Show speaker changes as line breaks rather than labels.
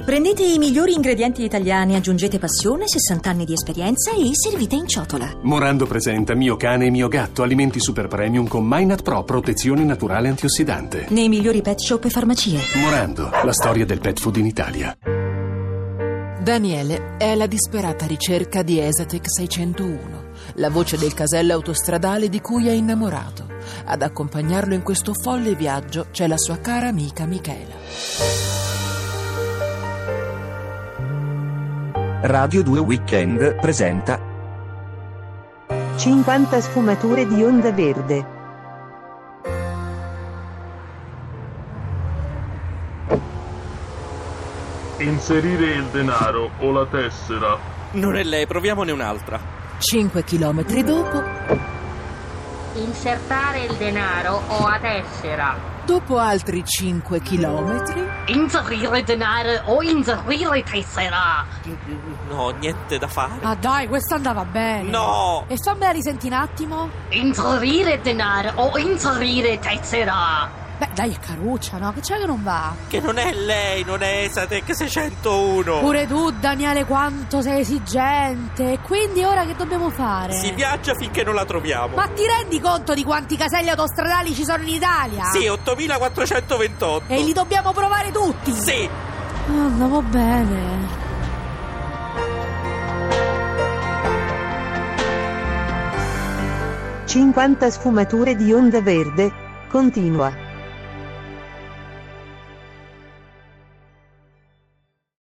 Prendete i migliori ingredienti italiani, aggiungete passione, 60 anni di esperienza e servite in ciotola.
Morando presenta Mio cane e mio gatto, alimenti super premium con Minat Pro, protezione naturale antiossidante.
Nei migliori pet shop e farmacie.
Morando, la storia del pet food in Italia.
Daniele è alla disperata ricerca di Esatec 601, la voce del casello autostradale di cui è innamorato. Ad accompagnarlo in questo folle viaggio c'è la sua cara amica Michela.
Radio 2 Weekend presenta
50 sfumature di onda verde.
Inserire il denaro o la tessera.
Non è lei, proviamone un'altra.
5 chilometri dopo,
Insertare il denaro o a tessera.
dopo altri 5 chilometri,
Inserire denaro o inserire tessera.
No, niente da fare.
Ah dai, questa andava bene.
No!
E fammela risentire un attimo.
Inserire denaro o inserire tessera.
Beh, dai, è caruccia, no? Che c'è che non va?
Che non è lei, non è Esatec 601.
Pure tu, Daniele, quanto sei esigente. E Quindi ora che dobbiamo fare?
Si viaggia finché non la troviamo.
Ma ti rendi conto di quanti caselli autostradali ci sono in Italia?
Sì, 8428.
E li dobbiamo provare tutti.
Sì,
Ah, Andavo bene.
Cinquanta sfumature di onda verde. Continua.